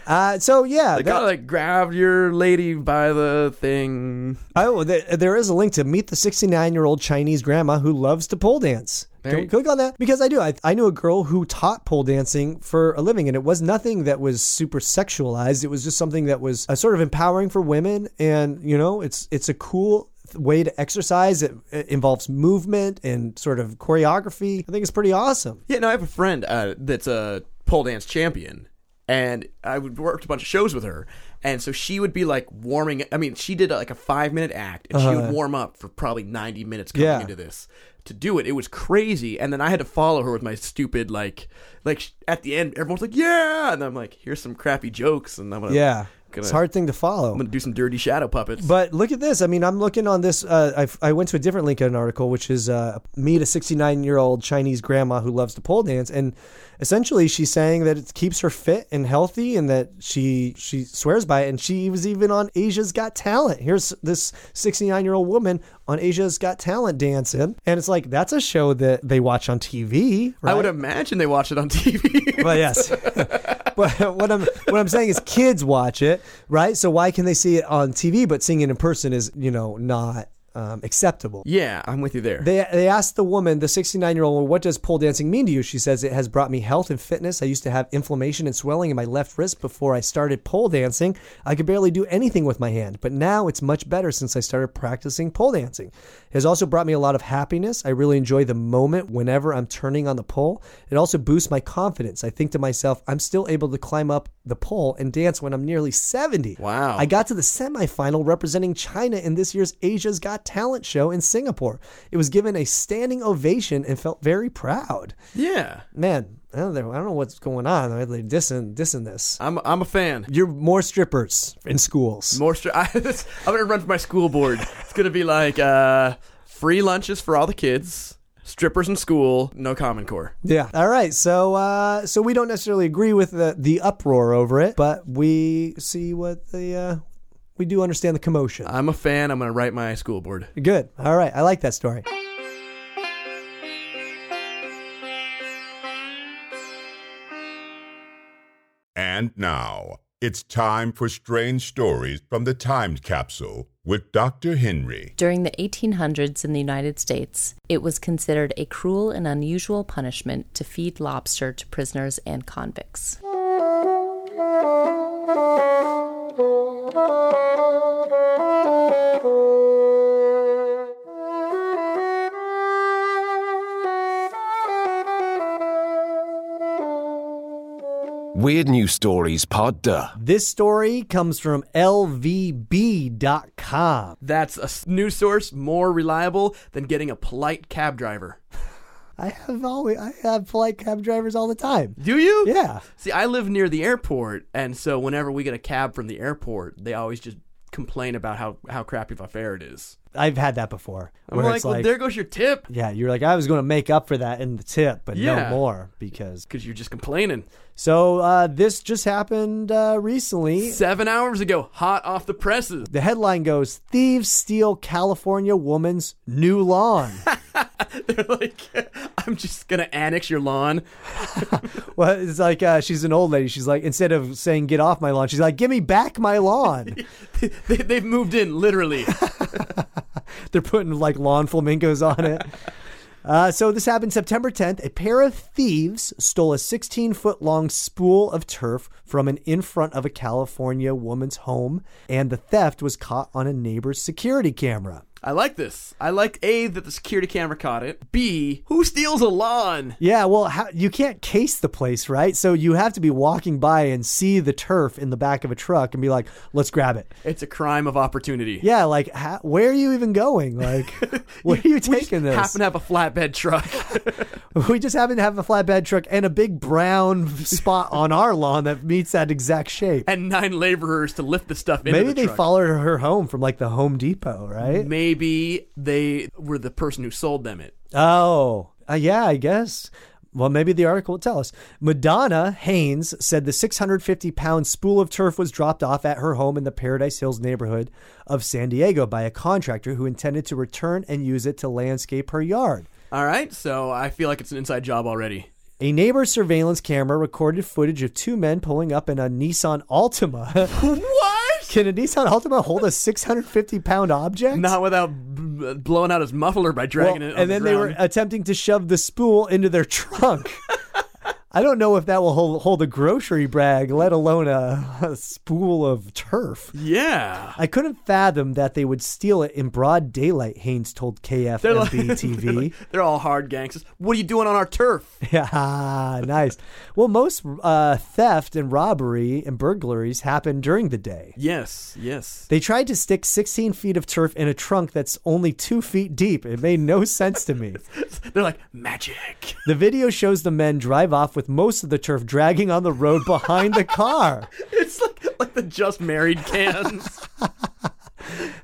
C: Uh, so yeah,
D: They
C: that-
D: gotta like grab your lady by the thing.
C: Oh, there, there is a link to meet the 69 year old Chinese grandma who loves to pole dance. Don't
D: you-
C: click on that because I do. I, I knew a girl who taught pole dancing for a living, and it was nothing that was super sexualized. It was just something that was uh, sort of empowering for women, and you know, it's it's a cool th- way to exercise. It, it involves movement and sort of choreography. I think it's pretty awesome.
D: Yeah, no, I have a friend uh, that's a pole dance champion, and I would worked a bunch of shows with her, and so she would be like warming. I mean, she did like a five minute act, and she would warm up for probably ninety minutes coming
C: Yeah.
D: into this to do it. It was crazy, and then I had to follow her with my stupid like, like sh- at the end, everyone's like, "Yeah," and I'm like, "Here's some crappy jokes," and I'm gonna,
C: Yeah,
D: gonna,
C: it's a hard thing to follow.
D: I'm gonna do some dirty shadow puppets.
C: But look at this. I mean, I'm looking on this. Uh, I've, I went to a different LinkedIn article, which is uh, meet a 69 year old Chinese grandma who loves to pole dance, and essentially she's saying that it keeps her fit and healthy, and that she she swears by it. And she was even on Asia's Got Talent. Here's this 69 year old woman on Asia's Got Talent dancing, and it's like that's a show that they watch on TV. Right?
D: I would imagine they watch it on TV.
C: Well, yes. but what I'm what I'm saying is kids watch it, right? So why can they see it on TV but seeing it in person is, you know, not um, acceptable.
D: yeah, I'm with you there.
C: They, they asked the woman, the 69 year old, well, what does pole dancing mean to you? She says, it has brought me health and fitness. I used to have inflammation and swelling in my left wrist before I started pole dancing. I could barely do anything with my hand, but now it's much better since I started practicing pole dancing. It has also brought me a lot of happiness. I really enjoy the moment whenever I'm turning on the pole. It also boosts my confidence. I think to myself, I'm still able to climb up the pole and dance when I'm nearly 70.
D: Wow.
C: I got to the semifinal representing China in this year's Asia's Got Talent show in Singapore. It was given a standing ovation and felt very proud.
D: yeah,
C: Man, I don't know, I don't know what's going on. They're like dissing, dissing this.
D: I'm I'm a fan.
C: You're more strippers in schools.
D: More str- I, am gonna run for my school board. It's gonna be like uh, free lunches for all the kids, strippers in school, no Common Core.
C: Yeah. All right. So, uh, so we don't necessarily agree with the, the uproar over it, but we see what the uh, we do understand the commotion.
D: I'm a fan. I'm gonna write my school board.
C: Good. All right. I like that story.
E: And now, it's time for Strange Stories from the Time Capsule with Dr. Henry.
F: During the 1800s in the United States, it was considered a cruel and unusual punishment to feed lobster to prisoners and convicts.
G: Weird News Stories Part Duh.
C: This story comes from LVB.com.
D: That's a s- news source more reliable than getting a polite cab driver.
C: I have always I have polite cab drivers all the time.
D: Do you?
C: Yeah.
D: See, I live near the airport, and so whenever we get a cab from the airport, they always just complain about how how crappy of a fare it is.
C: I've had that before.
D: I'm
C: where
D: like,
C: it's
D: well,
C: like,
D: there goes your tip
C: yeah, you're like, I was going to make up for that in the tip, but
D: Yeah.
C: no more because.
D: because you're just complaining.
C: So uh, this just happened uh, recently.
D: Seven hours ago, hot off the presses.
C: The headline goes: Thieves steal California woman's new lawn.
D: They're like, I'm just gonna annex your lawn.
C: well, it's like uh, she's an old lady. She's like, instead of saying "get off my lawn," she's like, "Give me back my lawn."
D: They, they've moved in literally.
C: They're putting like lawn flamingos on it. Uh, so this happened September 10th. A pair of thieves stole a 16 foot long spool of turf from an in front of a California woman's home, and the theft was caught on a neighbor's security camera.
D: I like this. I like a that the security camera caught it. B who steals a lawn?
C: Yeah, well, how, you can't case the place, right? So you have to be walking by and see the turf in the back of a truck and be like, "Let's grab it."
D: It's a crime of opportunity.
C: Yeah, like, how, where are you even going? Like, where are you taking this?
D: Happen to have a flatbed truck.
C: We just happen to have a flatbed truck and a big brown spot on our lawn that meets that exact shape.
D: and nine laborers to lift the stuff into
C: Maybe
D: the
C: they
D: truck.
C: followed her home from like the Home Depot, right?
D: Maybe they were the person who sold them it.
C: Oh, uh, yeah, I guess. Well, maybe the article will tell us. Madonna Haynes said the 650 pound spool of turf was dropped off at her home in the Paradise Hills neighborhood of San Diego by a contractor who intended to return and use it to landscape her yard.
D: All right, so I feel like it's an inside job already.
C: A neighbor's surveillance camera recorded footage of two men pulling up in a Nissan Altima.
D: What?
C: Can a Nissan Altima hold a 650 pound object?
D: Not without b- blowing out his muffler by
C: Well,
D: dragging it. on
C: and
D: the
C: then they were
D: ground.
C: attempting to shove the spool into their trunk. I don't know if that will hold, hold a grocery bag, let alone a, a spool of turf.
D: yeah.
C: I couldn't fathom that they would steal it in broad daylight, Haynes told KFMB TV.
D: They're all hard gangsters. What are you doing on our turf?
C: yeah, nice. Well, most uh, theft and robbery and burglaries happen during the day.
D: Yes, yes.
C: They tried to stick 16 feet of turf in a trunk that's only two feet deep. It made no sense to me.
D: They're like magic.
C: The video shows the men drive off with most of the turf dragging on the road behind the car.
D: It's like like the just married cans.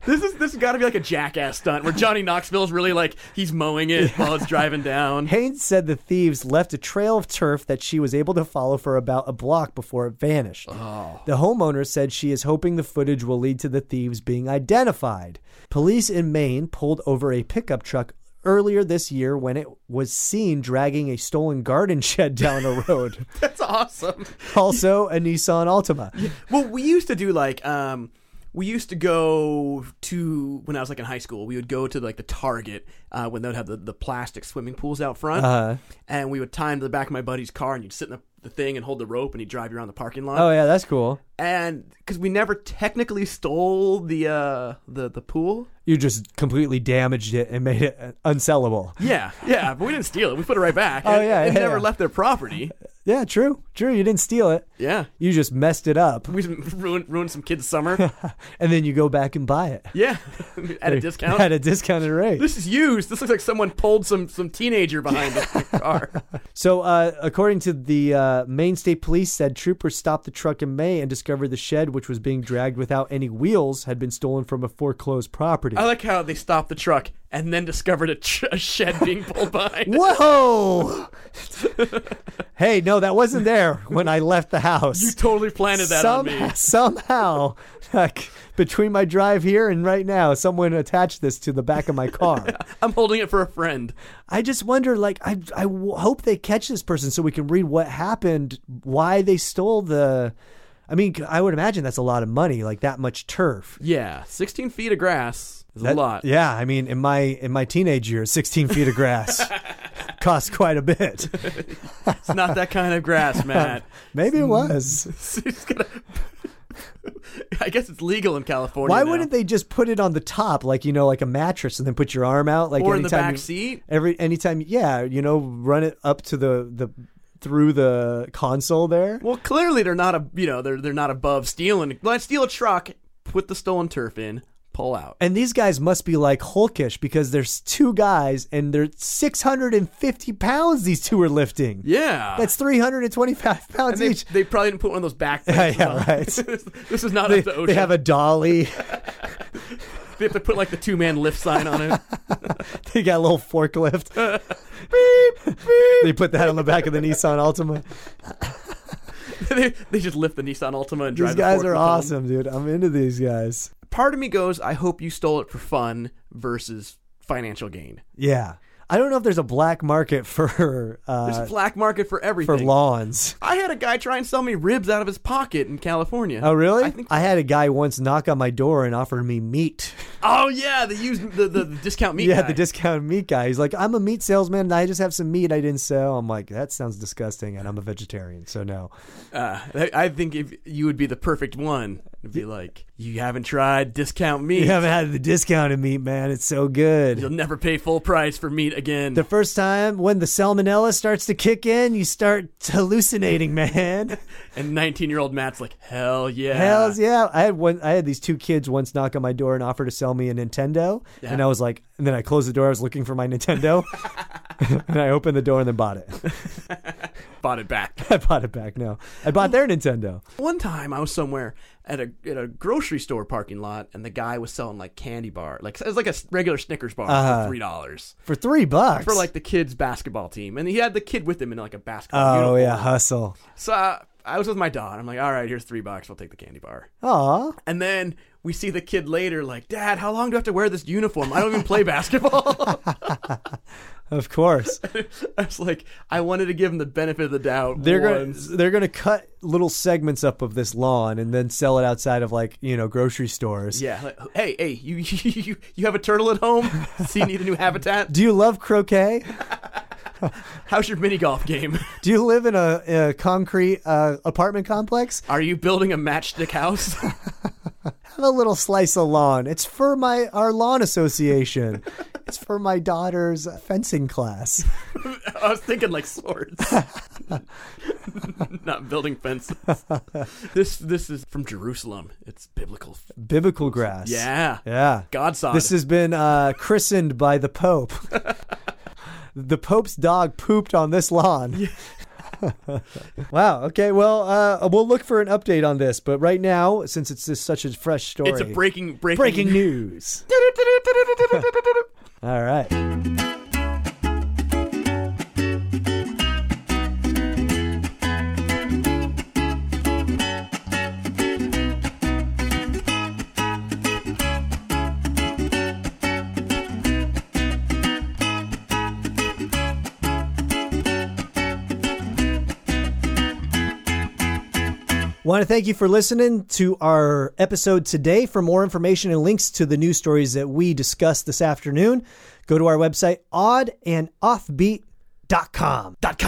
D: this is this has got to be like a jackass stunt where Johnny Knoxville's really like he's mowing it while it's driving down.
C: Haynes said the thieves left a trail of turf that she was able to follow for about a block before it vanished.
D: Oh.
C: The homeowner said she is hoping the footage will lead to the thieves being identified. Police in Maine pulled over a pickup truck earlier this year when it was seen dragging a stolen garden shed down a road,
D: That's awesome.
C: also a Nissan Altima.
D: Well, we used to do like um we used to go to when I was like in high school. We would go to like the Target uh, when they'd have the, the plastic swimming pools out front, and we would tie him to the back of my buddy's car, and you'd sit in the, the thing and hold the rope, and he'd drive you around the parking lot.
C: Oh yeah, that's cool.
D: And because we never technically stole the uh, the the pool,
C: You just completely damaged it and made it unsellable.
D: yeah, yeah, but we didn't steal it. We put it right back.
C: Oh,
D: It-
C: yeah,
D: it
C: yeah,
D: never
C: yeah.
D: left their property.
C: Yeah, true. True. You didn't steal it.
D: Yeah,
C: You just messed it up.
D: we just ruined ruined some kid's summer.
C: And then you go back and buy it
D: yeah, at a discount.
C: At a discounted rate.
D: This is used. This looks like someone pulled some some teenager behind the car.
C: So, uh, according to the uh, Maine State Police, said troopers stopped the truck in May and discovered the shed, which was being dragged without any wheels, had been stolen from a foreclosed property.
D: I like how they stopped the truck and then discovered a, tr- a shed being pulled by.
C: Whoa! hey, no, that wasn't there when I left the house.
D: You totally planted that
C: Some-
D: on me.
C: Somehow, like, between my drive here and right now, someone attached this to the back of my car.
D: I'm holding it for a friend.
C: I just wonder, like, I, I w- hope they catch this person so we can read what happened, why they stole the. I mean, I would imagine that's a lot of money, like that much turf.
D: Yeah, 16 feet of grass is a
C: That-
D: lot.
C: Yeah, I mean, in my in my teenage years, 16 feet of grass cost quite a bit.
D: It's not that kind of grass, Matt.
C: Maybe it
D: Mm-hmm.
C: was.
D: It's gonna- I guess it's legal in California.
C: Why
D: now.
C: wouldn't they just put it on the top, like you know, like a mattress, and then put your arm out, like
D: Or in the
C: anytime
D: back
C: you-
D: seat?
C: Every anytime, yeah, you know, run it up to the the through the console there.
D: Well, clearly they're not a you know they're they're not above stealing. Let's steal a truck, put the stolen turf in, pull out.
C: And these guys must be like Hulkish because there's two guys and they're 650 pounds. These two are lifting.
D: Yeah.
C: That's 325 pounds
D: and they,
C: each.
D: they probably didn't put one of those back.
C: Yeah,
D: plates
C: yeah,
D: on.
C: right.
D: this is not
C: They,
D: up to
C: they
D: OSHA.
C: have a dolly.
D: they have to put like the two man lift sign on it.
C: they got a little forklift. They put that on the back of the Nissan Altima.
D: they, they just lift the Nissan Altima and drive.
C: These
D: the
C: guys
D: forklift
C: are
D: home.
C: awesome, dude. I'm into these guys.
D: Part of me goes, I hope you stole it for fun versus financial gain.
C: Yeah. I don't know if there's a black market for
D: There's
C: uh,
D: a black market for everything.
C: for lawns.
D: I had a guy try and sell me ribs out of his pocket in California.
C: Oh, really?
D: I think.
C: I had a guy once knock on my door and offer me meat.
D: Oh yeah, they used the, the, the discount meat.
C: yeah,
D: guy.
C: the discount meat guy. He's like, I'm a meat salesman. And I just have some meat I didn't sell. I'm like, that sounds disgusting, and I'm a vegetarian, so no.
D: Uh, I I think if you would be the perfect one, it'd be like you haven't tried discount meat.
C: You haven't had the discounted meat, man. It's so
D: You'll
C: good.
D: never pay full price for meat again.
C: The first time when the salmonella starts to kick in, you start hallucinating, man.
D: and 19 year old Matt's like, hell yeah.
C: Hells yeah! I had one. I had these two kids once knock on my door and offer to sell me a Nintendo, and I was like, and then I closed the door. I was looking for my Nintendo, and I opened the door and then bought it.
D: Bought it back.
C: I bought it back. No, I bought their Nintendo.
D: One time I was somewhere at a at a grocery store parking lot, and the guy was selling like candy bar, like it was like a s- regular Snickers bar
C: Uh-huh.
D: for three dollars
C: for three bucks
D: for like the kids' basketball team, and he had the kid with him in like a basketball.
C: oh
D: uniform.
C: yeah hustle
D: So I, I was with my dad. I'm like, all right, here's three bucks. I'll take the candy bar.
C: Aw.
D: And then we see the kid later, like, Dad, how long do I have to wear this uniform? I don't even play basketball.
C: of course
D: I was like, I wanted to give him the benefit of the doubt.
C: they're gonna
D: once.
C: they're gonna cut little segments up of this lawn and then sell it outside of like you know grocery stores
D: Yeah. Like, hey, hey, you, you you have a turtle at home? See, you need a new habitat?
C: do you love croquet
D: How's your mini golf game?
C: do you live in a, a concrete uh, apartment complex
D: Are you building a matchstick house?
C: have a little slice of lawn it's for my our lawn association it's for my daughter's fencing class
D: I was thinking like swords, not building fences. This this is from Jerusalem. It's biblical.
C: biblical grass
D: Yeah.
C: yeah
D: God's side.
C: This has been uh, christened by the Pope. the Pope's dog pooped on this lawn. wow. Okay. Well, uh, we'll look for an update on this, but right now, since it's just such a fresh story,
D: it's a breaking breaking,
C: breaking news. All right. Want to thank you for listening to our episode today. For more information and links to the news stories that we discussed this afternoon, go to our website, oddandoffbeat.com.
D: dot com.
C: Dot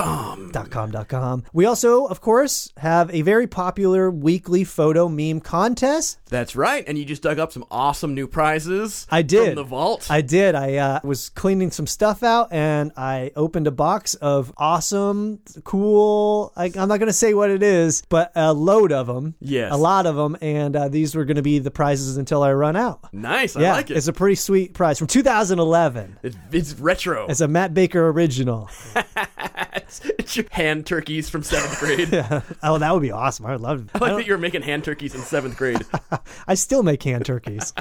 C: com, dot com. We also, of course, have a very popular weekly photo meme contest.
D: That's right. And you just dug up some awesome new prizes.
C: I did.
D: From the vault.
C: I did. I uh, was cleaning some stuff out and I opened a box of awesome, cool. I, I'm not going to say what it is, but a load of them.
D: Yes.
C: A lot of them. And uh, these were going to be the prizes until I run out.
D: nice. I
C: yeah.
D: like it.
C: It's a pretty sweet prize from 2011.
D: It's, it's retro.
C: It's a Matt Baker original.
D: It's your hand turkeys from seventh grade.
C: oh, that would be awesome. I would love
D: I like that you were making hand turkeys in seventh grade.
C: I still make hand turkeys.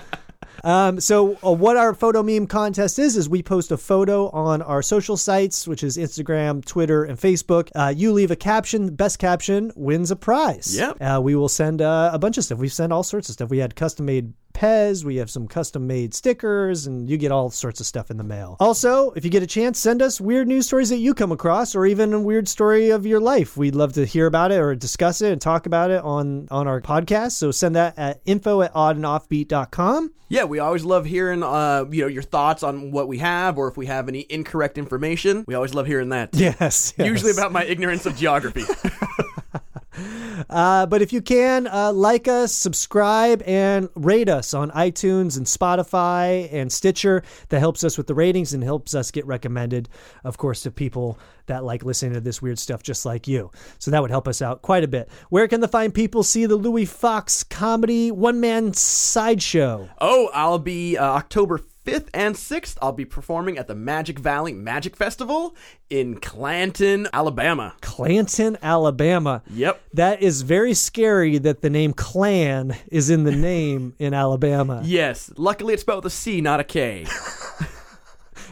C: Um, so, uh, what our photo meme contest is is we post a photo on our social sites, which is Instagram, Twitter, and Facebook. Uh, you leave a caption, best caption wins a prize.
D: Yep.
C: Uh, we will send uh, a bunch of stuff. We've sent all sorts of stuff. We had custom made Pez, we have some custom made stickers, and you get all sorts of stuff in the mail. Also, if you get a chance, send us weird news stories that you come across or even a weird story of your life. We'd love to hear about it or discuss it and talk about it on, on our podcast. So send that at info at oddandoffbeat.com.
D: yeah, we always love hearing uh, you know your thoughts on what we have or if we have any incorrect information. We always love hearing that.
C: Yes. yes.
D: Usually about my ignorance of geography.
C: Uh, but if you can, uh, like us, subscribe, and rate us on iTunes and Spotify and Stitcher. That helps us with the ratings and helps us get recommended, of course, to people that like listening to this weird stuff just like you. So that would help us out quite a bit. Where can the fine people see the Louis Fox comedy one man sideshow?
D: Oh, I'll be uh, October 5th and 6th. I'll be performing at the Magic Valley Magic Festival in Clanton, Alabama.
C: Clanton, Alabama.
D: Yep.
C: That is very scary that the name Klan is in the name in Alabama.
D: Yes. Luckily, it's spelled with a C, not a K.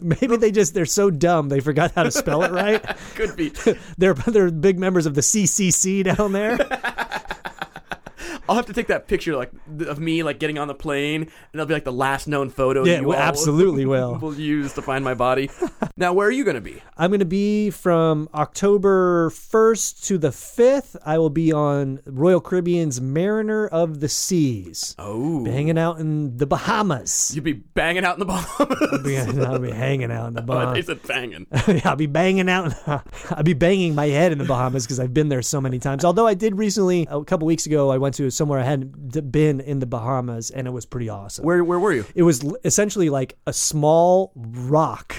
C: Maybe they just they're so dumb they forgot how to spell it right.
D: Could be.
C: They're they're big members of the CCC down there.
D: I'll have to take that picture like th- of me like getting on the plane, and that'll be like the last known photo.
C: Yeah,
D: you
C: we
D: all
C: absolutely will.
D: will use to find my body. now, where are you going to be?
C: I'm going to be from October 1st to the 5th. I will be on Royal Caribbean's Mariner of the Seas.
D: Oh,
C: Be hanging out in the Bahamas.
D: you'd be banging out in the Bahamas.
C: Be- I'll be hanging out in the
D: Oh, they
C: Bahamas.
D: said banging.
C: I'll be banging out. I'll be banging my head in the Bahamas because I've been there so many times. Although I did recently, a couple weeks ago, I went to somewhere I hadn't d- been in the Bahamas, and it was pretty awesome.
D: Where where were you?
C: it was l- essentially like a small rock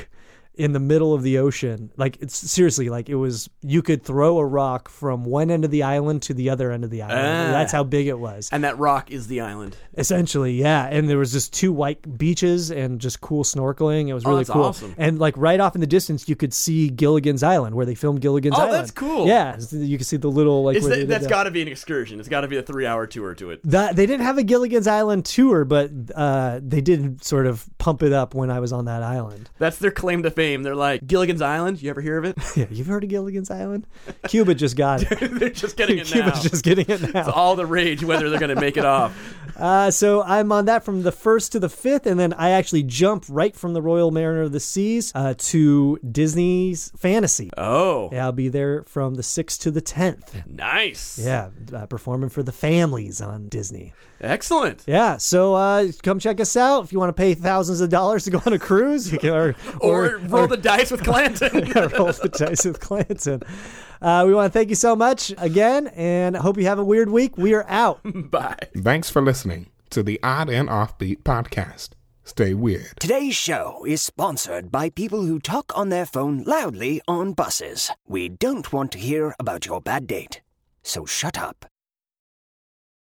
C: in the middle of the ocean like it's seriously like it was you could throw a rock from one end of the island to the other end of the island
D: Ah.
C: that's how big it was
D: And that rock is the island.
C: essentially yeah and there was just two white beaches and just cool snorkeling it was really
D: Oh, that's
C: cool
D: awesome.
C: and like right off in the distance you could see gilligan's island where they filmed gilligan's
D: Oh,
C: island
D: that's cool.
C: yeah so you could see the little like
D: Is
C: where they
D: that,
C: did
D: that's
C: that.
D: got to be an excursion. It's got to be a three-hour tour to it.
C: That, they didn't have a Gilligan's Island tour, but uh, they did sort of pump it up when I was on that island.
D: That's their claim to fame. They're like Gilligan's Island. You ever hear of it?
C: Yeah, you've heard of Gilligan's Island? Cuba just got it.
D: They're just getting it now.
C: Cuba's just getting it
D: It's
C: now.
D: all the rage whether they're going to make it off.
C: Uh, so I'm on that from the first to the fifth, and then I actually jump right from the Royal Mariner of the Seas uh, to Disney's Fantasy.
D: Oh,
C: Yeah, I'll be there from the sixth to the tenth.
D: nice.
C: Yeah, uh, performing for the families on Disney.
D: Excellent.
C: Yeah, so uh, come check us out if you want to pay thousands of dollars to go on a cruise. You can, or,
D: Or, roll the dice with Clanton.
C: yeah, roll the dice with Clanton. Uh, we want to thank you so much again, and hope you have a weird week. We are out.
D: Bye.
H: Thanks for listening to the Odd and Offbeat podcast. Stay weird.
I: Today's show is sponsored by people who talk on their phone loudly on buses. We don't want to hear about your bad date. So shut up